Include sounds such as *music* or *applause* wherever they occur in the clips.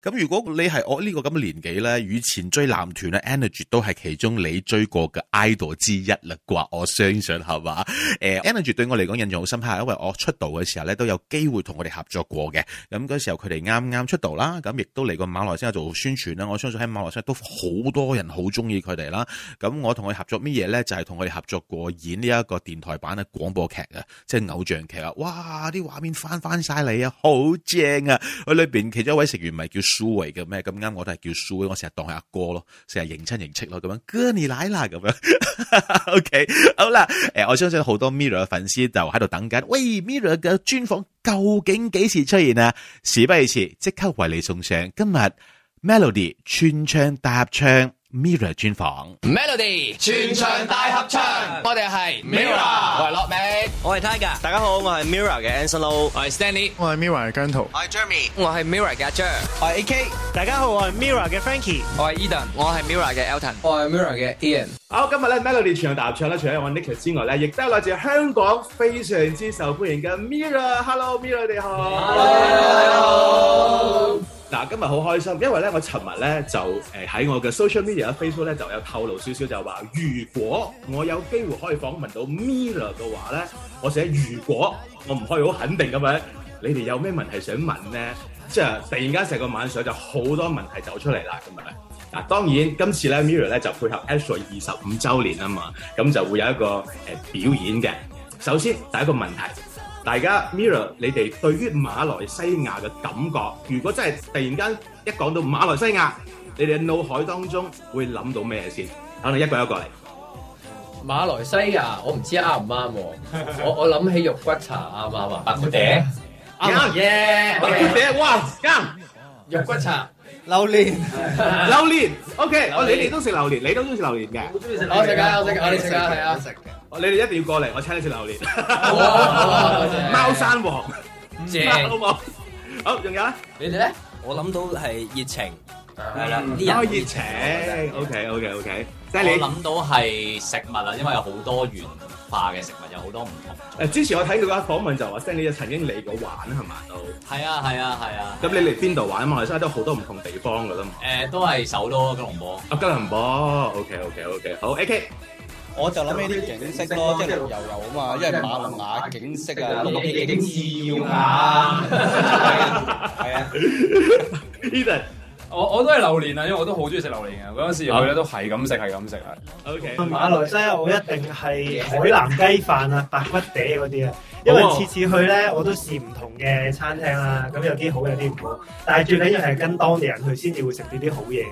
咁如果你係我呢個咁嘅年紀咧，以前追男團咧，Energy 都係其中你追過嘅 idol 之一啦啩，我相信係嘛？ *laughs* 誒、e n e r g y 對我嚟講印象好深刻，因為我出道嘅時候咧都有機會同佢哋合作過嘅。咁嗰時候佢哋啱啱出道啦，咁亦都嚟過馬來西亞做宣傳啦。我相信喺馬來西亞都好多人好中意佢哋啦。咁我同佢合作乜嘢咧？就係同佢哋合作過演呢一個電台版嘅廣播劇啊，即係偶像劇啊！哇，啲畫面翻翻晒嚟啊，好正啊！佢裏邊其中一位成員咪叫蘇維嘅咩？咁啱我都係叫蘇維，我成日當佢阿哥咯，成日認親認戚咯，咁樣哥你奶啦咁樣。OK，好 *laughs* 啦，誒、我相信好多 Mirror 嘅粉絲就喺度等緊，喂 Mirror 嘅專訪究竟幾時出現啊？事不宜遲，即刻為你送上今日 Melody 串唱搭唱 Mirror 專訪。 Melody 全場大合唱，我哋係 Mira，我係樂美，我係 Tiger，大家好，我係 Mira 嘅 Anson Lo。我係 Stanley，我係 Mira 嘅姜濤，我係 Jeremy，我係 Mirror 嘅阿張，我係 AK，大家好，我係 Mira 嘅 Frankie。我係 Eden，我係 Mirror 嘅 Elton，我係 Mirror 嘅 Ian。好，今日咧 Melody 全場大合唱咧，除咗有我 Nick 之外咧，亦都有來自香港非常之受歡迎嘅 Mira。Hello Mira，你好。嗱，今日好開心，因為咧我尋日咧就誒喺我嘅 social media 嘅 Facebook 咧就有透露少少就話，如果我有機會可以訪問到 Mira 嘅話咧，我寫如果我唔可以好肯定咁樣，你哋有咩問題想問咧？即係突然間成個晚上就好多問題走出嚟啦，咁樣。嗱，當然今次咧 Mirror 咧就配合 Astro 二十五週年啊嘛，咁就會有一個誒、呃表演嘅。首先第一個問題，大家 Mirror 你哋對於馬來西亞嘅感覺，如果真係突然間一講到馬來西亞，你哋嘅腦海當中會諗到咩先？可能一個一個嚟。馬來西亞我唔知啱唔啱喎，我我諗起肉骨茶啱唔啱啊？白骨嗲啱耶！白姑姐，哇啱！肉骨茶，榴蓮，榴蓮，OK，我榴你槤哋都食榴蓮，你都中意食榴蓮嘅，我食啊，我食啊，我哋食啊，係啊，你哋一定要過嚟，我請你食榴好啊好啊多 *laughs* 謝蓮。貓山王，好正，冇？好，仲有咧？你哋咧？我諗到係熱情，係啦，啲人可好以請，OK OK OK，即我係你諗到係食物啊，因為有好多元化嘅食物，有好多唔同。呃誒之前我睇佢個訪問就話聲，你就曾經嚟過玩係嘛都，係啊係啊係啊，咁你嚟邊度玩啊？馬來西亞都好多唔同地方㗎啦嘛。誒都係首都吉隆坡。啊，吉隆坡，OK OK OK，好，AK，我就諗起啲景色咯，即係龍遊遊啊嘛，因為馬龍雅景色啊，龍景照啊，係啊， Ethan，OK，我我都係榴蓮啊，因為我都好中意食榴蓮嘅。嗰陣時去咧都係咁食，係咁食啊。馬來西亞我一定係海南雞飯啊、白骨嗲嗰啲啊，因為次次去咧我都試唔同嘅餐廳啦，咁有啲好有啲唔好，但係最緊要係跟當地人去先至會食到啲好嘢，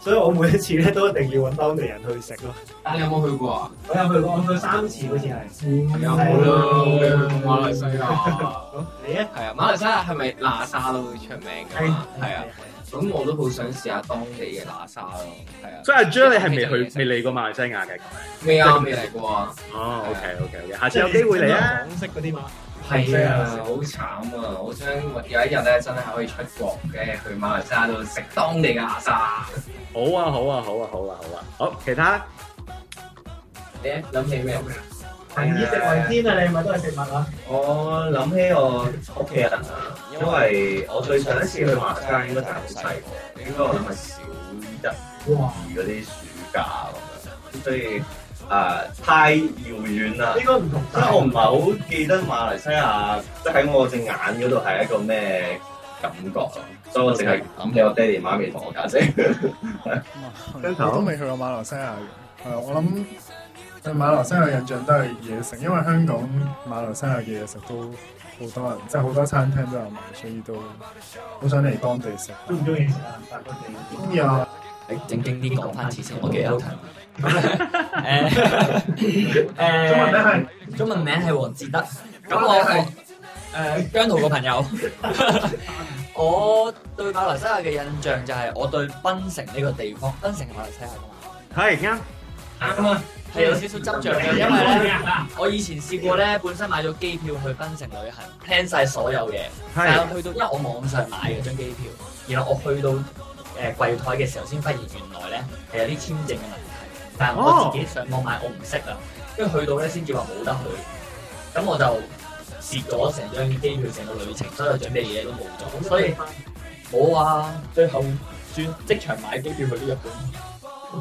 所以我每一次咧都一定要揾當地人去食咯。你有冇去過啊？我有去過，我去過三次好似係。有啦，馬來西亞。好，哦你咧？係啊，馬來西亞係咪喇沙都出名㗎嘛？係啊，咁我都好想試下當地嘅喇沙咯。係啊，所以阿 Jo 你係未去未嚟過馬來西亞嘅，未啊，未嚟過啊。哦，OK OK OK，下次有機會嚟啊，港式嗰啲嘛，係啊，好慘啊！我想有一日咧，真係可以出國嘅，去馬來西亞度食當地嘅喇沙。好啊好啊好啊好啊好啊，好，其他呢你咧諗起咩？行醫食雲煙啊，你咪都係食物啊。我諗起我屋企人啊，因為我最上一次去馬來西亞應該就係好細個，應該我諗係小一、二嗰啲暑假咁樣，所以誒太遙遠啦呢。個唔同即係我唔係好記得馬來西亞，即係喺我隻眼嗰度係一個咩感覺咯，所以我淨係諗起我爹哋媽咪同我家姐。跟我都頭哦未去過馬來西亞嘅。係我諗對嗯馬來西亞嘅印象都係嘢食，因為香港馬來西亞嘅嘢食都好多人，即係好多餐廳都有賣，所以都好想嚟當地食。中唔中意食啊？白骨地。中意啊！正經啲講翻次先，我 *laughs* 嘅 Elton。中文名係中文名係黃志德，咁我係誒姜濤個朋 *laughs* 友。我對馬來西亞嘅印象就係我對檳城呢個地方，檳哦城係馬來西亞㗎嘛，係啱，啱啊！係有少少執着啊嘅，因為咧我以前試過咧，本身買咗機票去檳城旅行，plan 晒所有嘢，但係我去到，因為我網上買嘅張機票，然後我去到誒、呃、櫃台嘅時候先發現原來咧係有啲簽證嘅問題，但係我自己上網買我唔識啊，跟住去到咧先至話冇得去，咁我就蝕咗成張機票成個旅程，所有準備嘅嘢都冇咗，所以冇啊，最後轉即場買機票去咗日 *laughs* 本。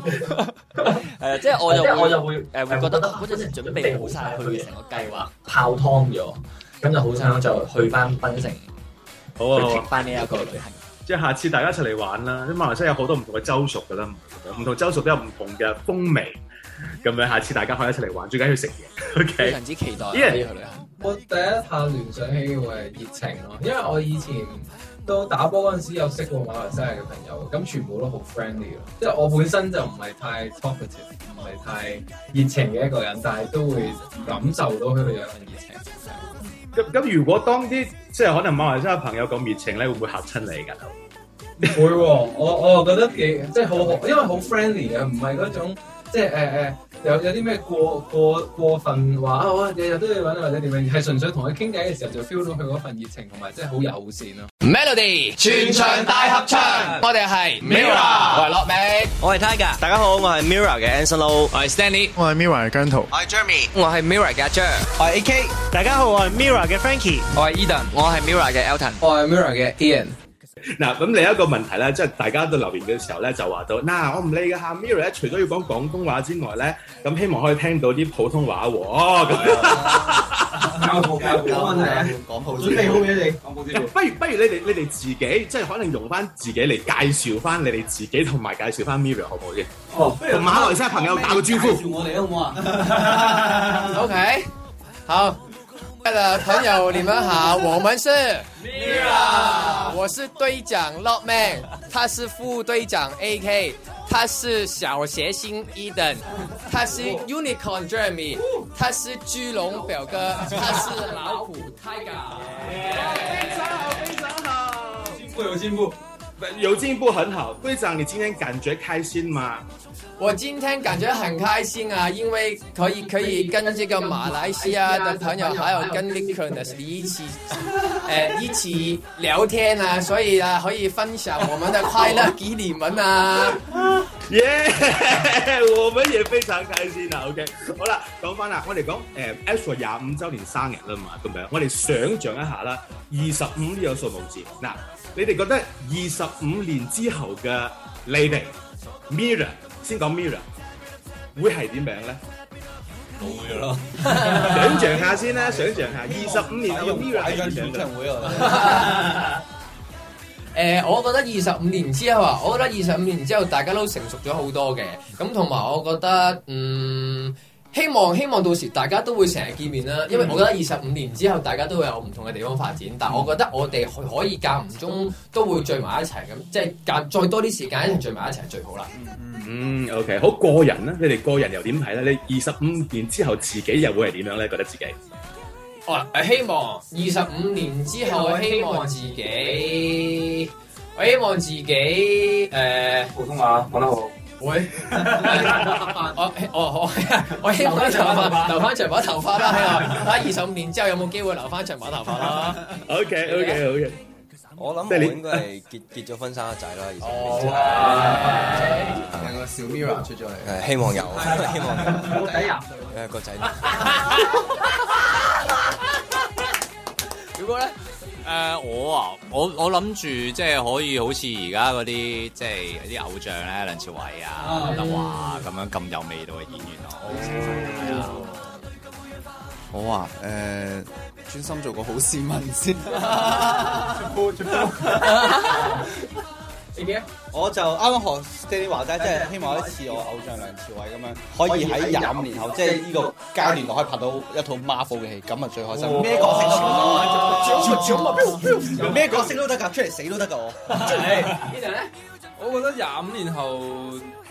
係啊，即係我就即係我就會會誒會覺得嗰陣時準備好晒去嘅成個計劃。泡湯咗，咁就好想就去翻檳城，好哦啊去好接啊翻呢一個旅行。即係下次大家一齊嚟玩啦！啲馬來西亞有好多唔同嘅州屬㗎啦，唔同州屬都有唔同嘅風味。咁樣下次大家可以一齊嚟玩，最緊要食嘢。OK，非 *laughs* 常之期啊待依人可以去旅行。我第一下聯想起會係熱情咯，因為我以前都打波嗰陣時有識過馬來西亞嘅朋友，咁全部都好 friendly 咯。即係我本身就唔係太 talkative，唔係太熱情嘅一個人，但係都會感受到佢哋有份熱情。咁咁，如果當啲即係可能馬來西亞朋友咁熱情咧，會唔會嚇親你㗎？唔會喎，我我又覺得幾即係好好，因為好 friendly 啊，唔係嗰種即係誒誒有有啲咩過過過分話啊，我日日都要揾或者點樣，係純粹同佢傾偈嘅時候就 feel 到佢嗰份熱情同埋即係好友善啊咯。 Melody 全場大合唱，我哋係 Mira，我係樂美，我係 Tiger，大家好，我係 Mirror 嘅 Anson Lo，我係 Stanley，我係 Mirror 嘅姜濤。我係 Jeremy，我係 Mirror 嘅 Jer，我係 AK，大家好，我係 Mira 嘅 Frankie，我係 Eden，我係 Mirror 嘅 Elton，我哦係 Mirror 嘅 Ian。嗱，咁另一個問題咧，即係大家都留言嘅時候咧，就話到嗱、我唔理㗎嚇，Mirror 咧除咗要講廣東話之外咧，咁希望可以聽到啲普通話喎。咁教普教普冇問題啊講普準備好俾你講普哎不如不如你哋你哋自己，即係可能用翻自己嚟介紹翻你哋自己，同埋介紹翻 Mirror 好唔好先？哦同馬來西亞朋友打個招呼。我嚟好唔好啊？ OK，好，的朋友你们好，我们是 Mira，我啊是队长 Lockman，他是副队长 AK，他是小谐星 Eden，他是 Unicorn Jeremy，他是巨龙表哥，他是老虎 Tiger。不有进步，有進步很好。隊長，你今天感覺開心嗎？我今天感觉很开心啊，因为可以可以跟这个马来西亚的朋友，还有跟 l i c o n 的一起，呃，一起聊天啊，所以啊，可以分享我们的快乐给你们啊。耶、我們也非常開心啊！OK，好啦，講翻啦，我哋講誒 Astro 廿五週年生日啦嘛，咁樣我哋想像一下啦，二十五呢個數目字，嗱，你哋覺得二十五年之後嘅你哋 Mirror 先講 Mirror 會係點樣咧？冇嘅咯，想像下先 *laughs* 啦，想像下二十五年後嘅 Mirror 係點樣嘅？會啊 *laughs* 誒、呃我覺得二十五年之後啊，我覺得二十五年之後大家都成熟咗好多嘅，咁同埋我覺得嗯。希望希望到時大家都會成日見面啦，因為我覺得二十五年之後大家都會有唔同嘅地方發展，但我覺得我哋可可以間唔中都會聚埋一齊咁，即係間再多啲時間一齊聚埋一齊最好啦。嗯，OK，好個人啦，你哋個人又點睇咧？你二十五年之後自己又會係點樣咧？覺得自己？哦，希望二十五年之後，希望自己，我希望自己呃誒、普通話講得好。喂， *laughs* 我我我 *laughs* 我希望留翻留翻長髮頭髮啦，喺度睇二十五年之後有冇機會留翻長髮頭髮 *laughs* 啦。啊 OK，OK，好嘅。我諗即係你我應該係結結咗婚生個仔啦，而哦啊家有個小 Mirror 出咗嚟誒希望有，希望有個仔誒廿個仔。如果咧？誒、我啊，我我諗住即係可以好似而家嗰啲即係啲偶像咧，梁朝偉啊、劉德華咁樣咁有味道嘅演員咯。係啊，我啊，誒、專心做個好市民先。你嘅我就啱啱學 Stanley 話齋，即係希望有一次我偶像梁朝偉咁樣，可以喺廿五年後，即係呢個階段內可以拍到一套 Marvel 嘅戲，咁啊最開心。咩角色都得，咩角色都得㗎，出嚟死都得㗎我。呢度咧，我覺得廿五年後，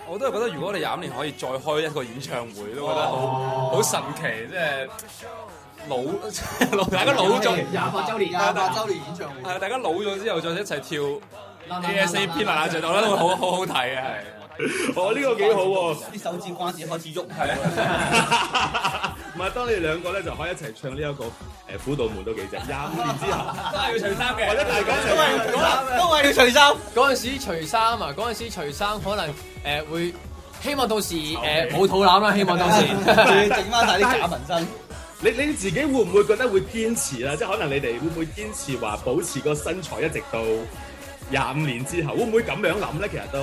我都係覺得如果我哋廿五年可以再開一個演唱會，都覺得哦哦好好神奇，即係 *laughs* 老老大家老咗廿八週年演唱會。係啊大家老咗之後再一齊 *laughs* 跳 ASAP 啦啦隊，啊我覺得會好好好睇嘅，係。 *laughs* 哦，呢個幾好喎！啲手指關節開始喐。唔係，當你哋兩個咧就可以一齊唱呢一個誒虎度門都幾正。廿五年之後，都係要除衫嘅，或者大家一齊都係要除衫。嗰陣時除衫啊，嗰陣時除衫可能誒、呃、會，希望到時誒冇肚腩啦，希望到時 *laughs* 整翻晒啲假紋身。你你自己會啊唔會覺得會堅持啦？即係可能你哋會唔會堅持話保持個身材一直到廿五年之後，會唔會咁樣諗咧？其實都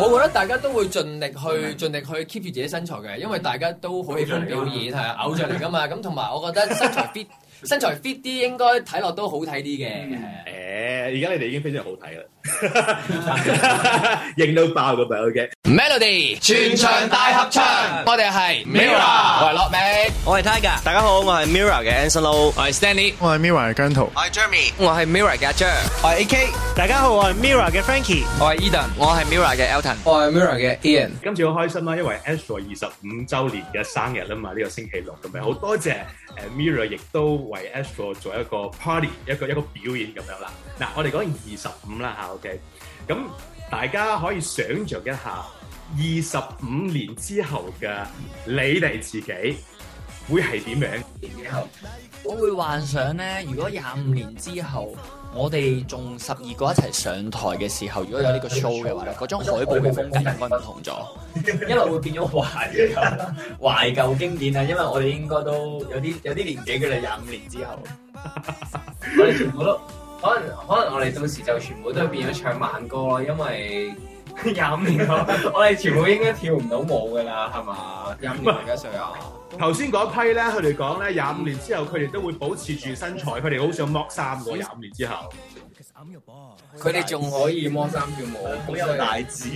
我覺得大家都會盡力去盡力去 keep 住自己身材嘅，因為大家都好喜歡表演，係啊，偶像嚟噶嘛。咁同埋我覺得身材 fit 身材 fit 啲應該睇落都好睇啲嘅。誒，而家你哋已經非常好睇啦， *laughs* 認到爆咁樣 OK。 Melody 全場大合唱我哋係 Mirror 我係樂美，我係 Tiger，大家好，我係 Mirror 嘅 Anson Lo，我係 Stanley，我係 Mirror 嘅姜濤，我係 Jeremy，我係 Mirror 嘅阿張，我係 AK，大家好，我係 Mirror 嘅 Frankie，我係 Eden，我係 Mirror 嘅 Elton，我係 Mirror 嘅 Ian。今次好開心啦，啊因為 Astro 二十五週年嘅生日啦嘛，呢、個星期六咁樣，好多謝誒呃 Mirror 亦都為 Astro 做一個 party，一個一個表演咁樣啦。嗱，我哋講二十五啦嚇，OK，咁大家可以想像一下，二十五年之後嘅你哋自己會係點樣？我會幻想咧，如果廿五年之後，我哋仲十二個一齊上台嘅時候，如果有 *laughs* 呢個 show 嘅話，嗰張海報嘅風格應該唔同咗，因為會變咗壞嘅懷舊經典啊！因為我哋應該都有啲有啲年紀嘅啦，廿五年之後，我哋全部都可能可能我哋到時就全部都變咗唱慢歌咯，因為 *laughs* 廿五年後我哋全部應該跳唔到舞噶啦，係嘛？廿五年後幾多歲啊？頭先嗰批咧，佢哋講咧廿五年之後，佢哋都會保持住身材，佢哋好想剝衫喎。廿五年之後，佢哋仲可以摸衫跳舞，好有大志。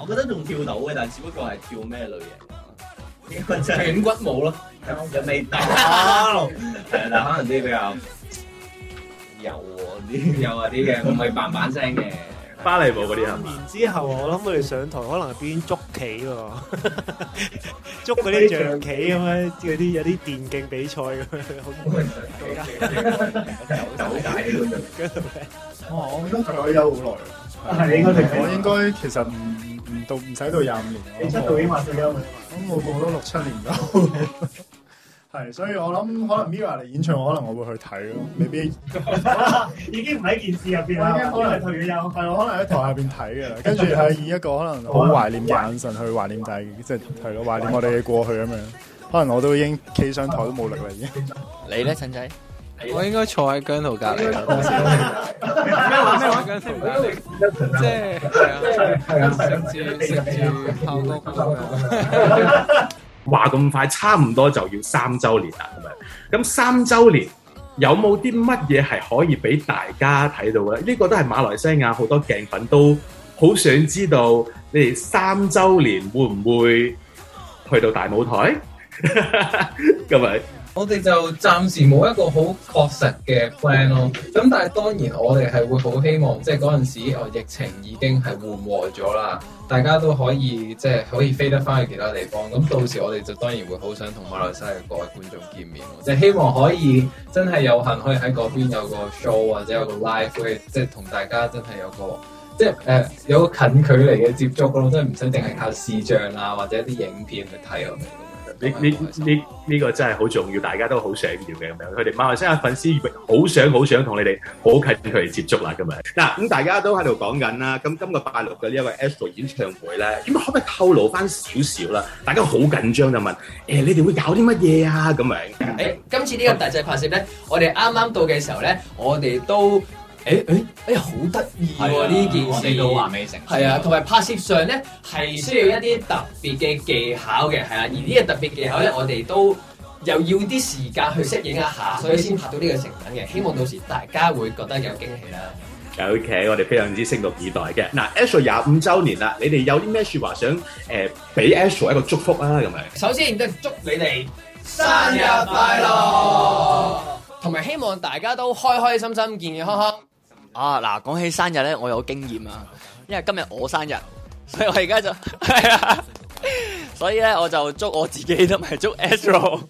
我覺得仲跳到嘅，但係只不過係跳咩類型。呢個真係斷骨舞咯，又未到。係啦，可能啲比較柔和啲，有啊啲嘅，唔係板板聲嘅。芭蕾舞嗰啲係嘛？之後我諗佢哋上台可能係表演捉棋 *laughs* 喎，捉嗰啲象棋咁樣，嗰啲有啲電競比賽咁樣，好哦，我覺得佢休好耐。係你應該停我應該其實唔唔到唔使到廿五年。哦你出道已經話退休㗎啦咁我過咗六七年 *laughs* 咗。係，所以我諗可能 Mira 嚟演唱，可能我會去睇咯，未必。已經唔喺件事入邊我啦已啊經，可因能為退咗休，係我可能喺台下邊睇嘅啦， *laughs* 跟住係以一個可能好懷念嘅眼神去懷念大，即係係咯，懷念我哋嘅過去咁樣。可能我都已經企上台都冇力啦，已經。你咧，陳仔？ *laughs* 我應該坐喺姜濤隔 *laughs* 離啦。咩話咩話？ *laughs* 即係係啊，食住食住炮啊谷咁話咁快差唔多就要三週年啦咁樣。咁三週年有冇啲乜嘢係可以俾大家睇到啊咧？呢、個都係馬來西亞好多鏡粉都好想知道，你哋三週年會唔會去到大舞台？ *laughs* 咁啊咪我哋就暫時冇一個好確實嘅 plan 咯。咁但係當然我哋係會好希望，即係嗰陣時哦疫情已經係緩和咗啦，大家都可以即係可以飛得翻去其他地方。咁到時我哋就當然會好想同馬來西亞嘅各位觀眾見面咯，即係希望可以真係有幸可以喺嗰邊有個 show 或者有個 live，可以即係同大家真係有個。即係誒、呃有個近距離嘅接觸咯，即係唔使淨係靠視像啊或者啲影片去睇我哋。呢呢呢呢個真係好重要，大家都好想要嘅咁樣。佢哋馬來西亞粉絲好想好想同你哋好近距離接觸啦咁樣。嗱，咁大家都喺度講緊啦。咁今個拜六嘅呢一個 Astro 演唱會咧，咁可唔可以透露翻少少啦？大家好緊張就問誒、你哋會搞啲乜嘢啊？咁樣誒，今次呢個大製拍攝咧，我哋啱啱到嘅時候咧，我哋都誒誒誒好得意喎呢件啊事，我哋都 à? 話未成係啊，同埋拍攝上咧係需要一啲特別嘅技巧嘅，係嗯啊，而呢個特別技巧咧，我哋都又要啲時間去適應一下，所以先拍到呢個成品嘅。希望到時大家會覺得有驚喜啦。 OK，我哋非常之拭目以待嘅。嗱，Astro 廿五週年啦，你哋有啲咩説話想誒俾、Astro 一個祝福啊？咁樣。首先都祝你哋生日快樂，同埋希望大家都開開心心、健健康康。啊嗱，講起生日咧，我有經驗啊，因為今日我生日，所以我而家就 *laughs* 係啊，所以咧我就祝我自己同埋祝 Astro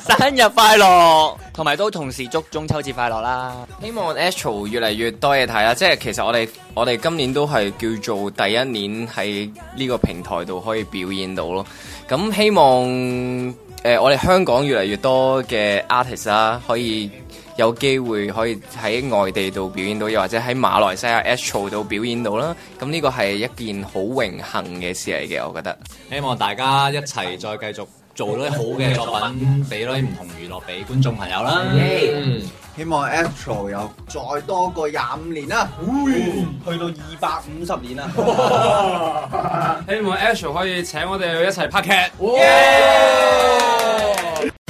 *laughs* 生日快樂，同埋都同時祝中秋節快樂啦。希望 Astro 越嚟越多嘢睇啊啦，即係其實我哋我哋今年都係叫做第一年喺呢個平台度可以表演到咯。咁希望誒、呃我哋香港越嚟越多嘅 artist 啦，可以有機會可以喺外地度表演到，又或者喺馬來西亞 Astro 度表演到啦。咁呢個係一件好榮幸嘅事嚟嘅，我覺得。希望大家一齊再繼續做多啲好嘅作品，俾多啲唔同娛樂俾觀眾朋友啦。嗯希望 Astro 有再多過廿五年啦，去到二百五十年啦。希望 Ash 可以請我哋一齊拍劇。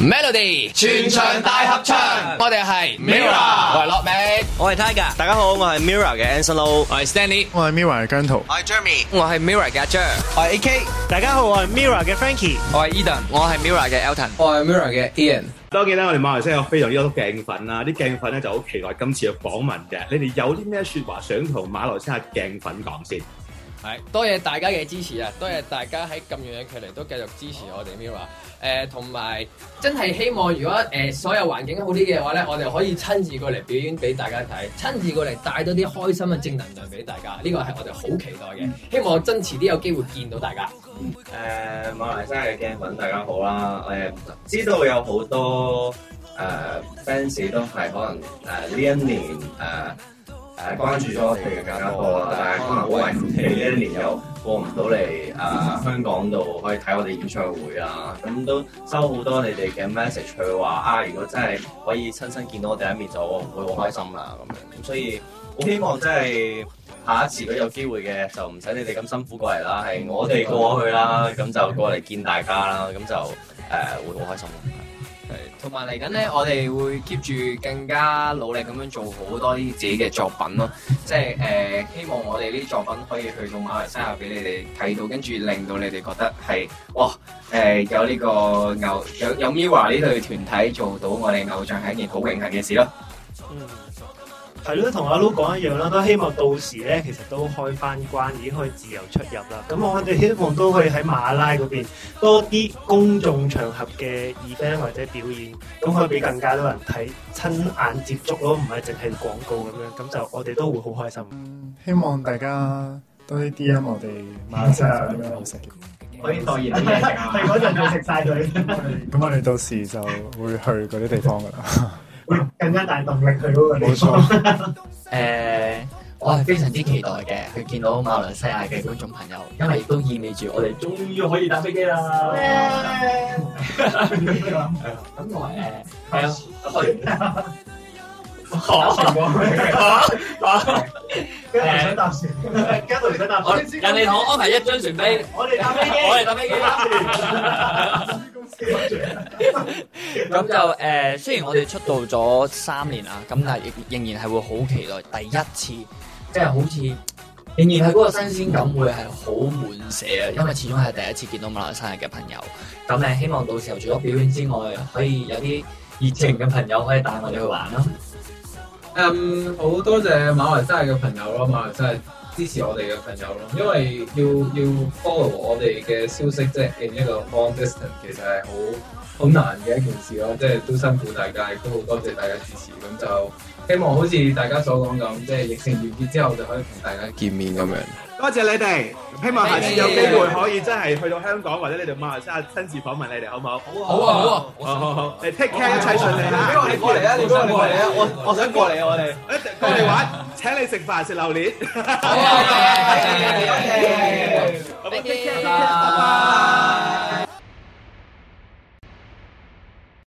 Melody 全場大合唱我哋係 Mirror，我係樂美，我係 Tiger，大家好，我係 Mirror 嘅 Anson Lo，我係 Stanley， *laughs* 我係 Mirror 嘅姜濤。我係 Jeremy，我係 Mirror 嘅阿張，我係 AK，大家好，我係 Mirror 嘅 Frankie，我係 Eden，我係 Mirror 嘅 Elton，我係 Mirror 嘅 Ian。當然啦，我哋馬來西亞有非常之多鏡粉啦，啲鏡粉咧就好期待今次嘅訪問嘅。你哋有啲咩説話想同馬來西亞鏡粉講先？係多謝大家嘅支持啊！多謝大家喺咁遠嘅距離都繼續支持我哋 Mirror。誒同埋真係希望，如果誒、呃所有環境好啲嘅話咧，我哋可以親自過嚟表演俾大家睇，親自過嚟帶多啲開心嘅正能量俾大家。呢個係我哋好期待嗯嘅，希望真遲啲有機會見到大家。誒呃馬來西亞嘅 game 粉大家好啦，誒、知道有好多誒 fans 都係可能誒呢、一年誒誒、關注咗我哋嘅更加多啦，但係可能好遺憾地呢一年又過唔到嚟誒香港度可以睇我哋演唱會啦，咁都收好多你哋嘅 message 佢話啊，如果真係可以親身見到我哋一面就我會好開心啦咁樣，咁所以我希望真係。下一次如果有機會嘅，就唔使你哋咁辛苦過嚟啦，係我哋過去啦，咁就過嚟見大家啦，咁就誒、呃、會好開心咯。 *laughs* 同埋嚟緊咧，我哋會 keep 住更加努力咁樣做好多啲自己嘅作品咯，即係誒、呃希望我哋呢啲作品可以去到馬來西亞俾你哋睇到，跟住令到你哋覺得係哇誒、呃有呢個偶有有 Mirror 呢隊團體做到我哋偶像係一件好榮幸嘅事咯。係咯，同阿 Loo 講一樣啦，都希望到時咧，其實都開翻關，已經可以自由出入啦。咁我哋希望都可以喺馬拉嗰邊多啲公眾場合嘅 event 或者表演，咁可以俾更加多人睇，親眼接觸咯，唔係淨係廣告咁樣。咁就我哋都會好 *laughs* 開心。希望大家多啲 DM 我哋馬來西亞有啲咩好食嘅。可以代言係嗰陣就食晒佢，咁我哋到時就會去嗰啲地方噶啦。會更加大動力去嗰個地方。誒，我係非常之期待嘅，去見到馬來西亞嘅觀眾朋友，因為亦都意味住我哋終於可以搭飛機啦。咁我誒係啊， *laughs* 跟住想搭船，跟住想搭船，人哋 *laughs* 同我安排一張船飛，我哋搭飛機，我哋搭飛機咁就誒、呃，雖然我哋出道咗三年啦，咁但係仍仍然係會好期待第一次，即係好似仍然係嗰個新鮮感會係好滿瀉啊！因為始終係第一次見到馬來西亞嘅朋友，咁誒，希望到時候除咗表演之外，可以有啲熱情嘅朋友可以帶我哋去玩咯。嗯，好多謝馬來西亞嘅朋友咯，馬來西亞支持我哋嘅朋友咯，因為要要 follow 我哋嘅消息，即係 in 一個 long distance，其實係好好難嘅一件事咯，即係都辛苦大家，亦都好多謝大家支持，咁就希望好似大家所講咁，即係疫情完結之後就可以同大家見面咁樣。多謝你哋，希望下次有機會可以真係去到香港或者你哋馬來西亞親自訪問你哋，好唔好？好啊好啊 à. 好啊，好好好，你 take care，一切順利啦！俾我哋過嚟啊！你俾我哋過嚟啊！我我想過嚟啊！我哋過嚟玩，請你食飯食榴蓮。好啊！拜拜。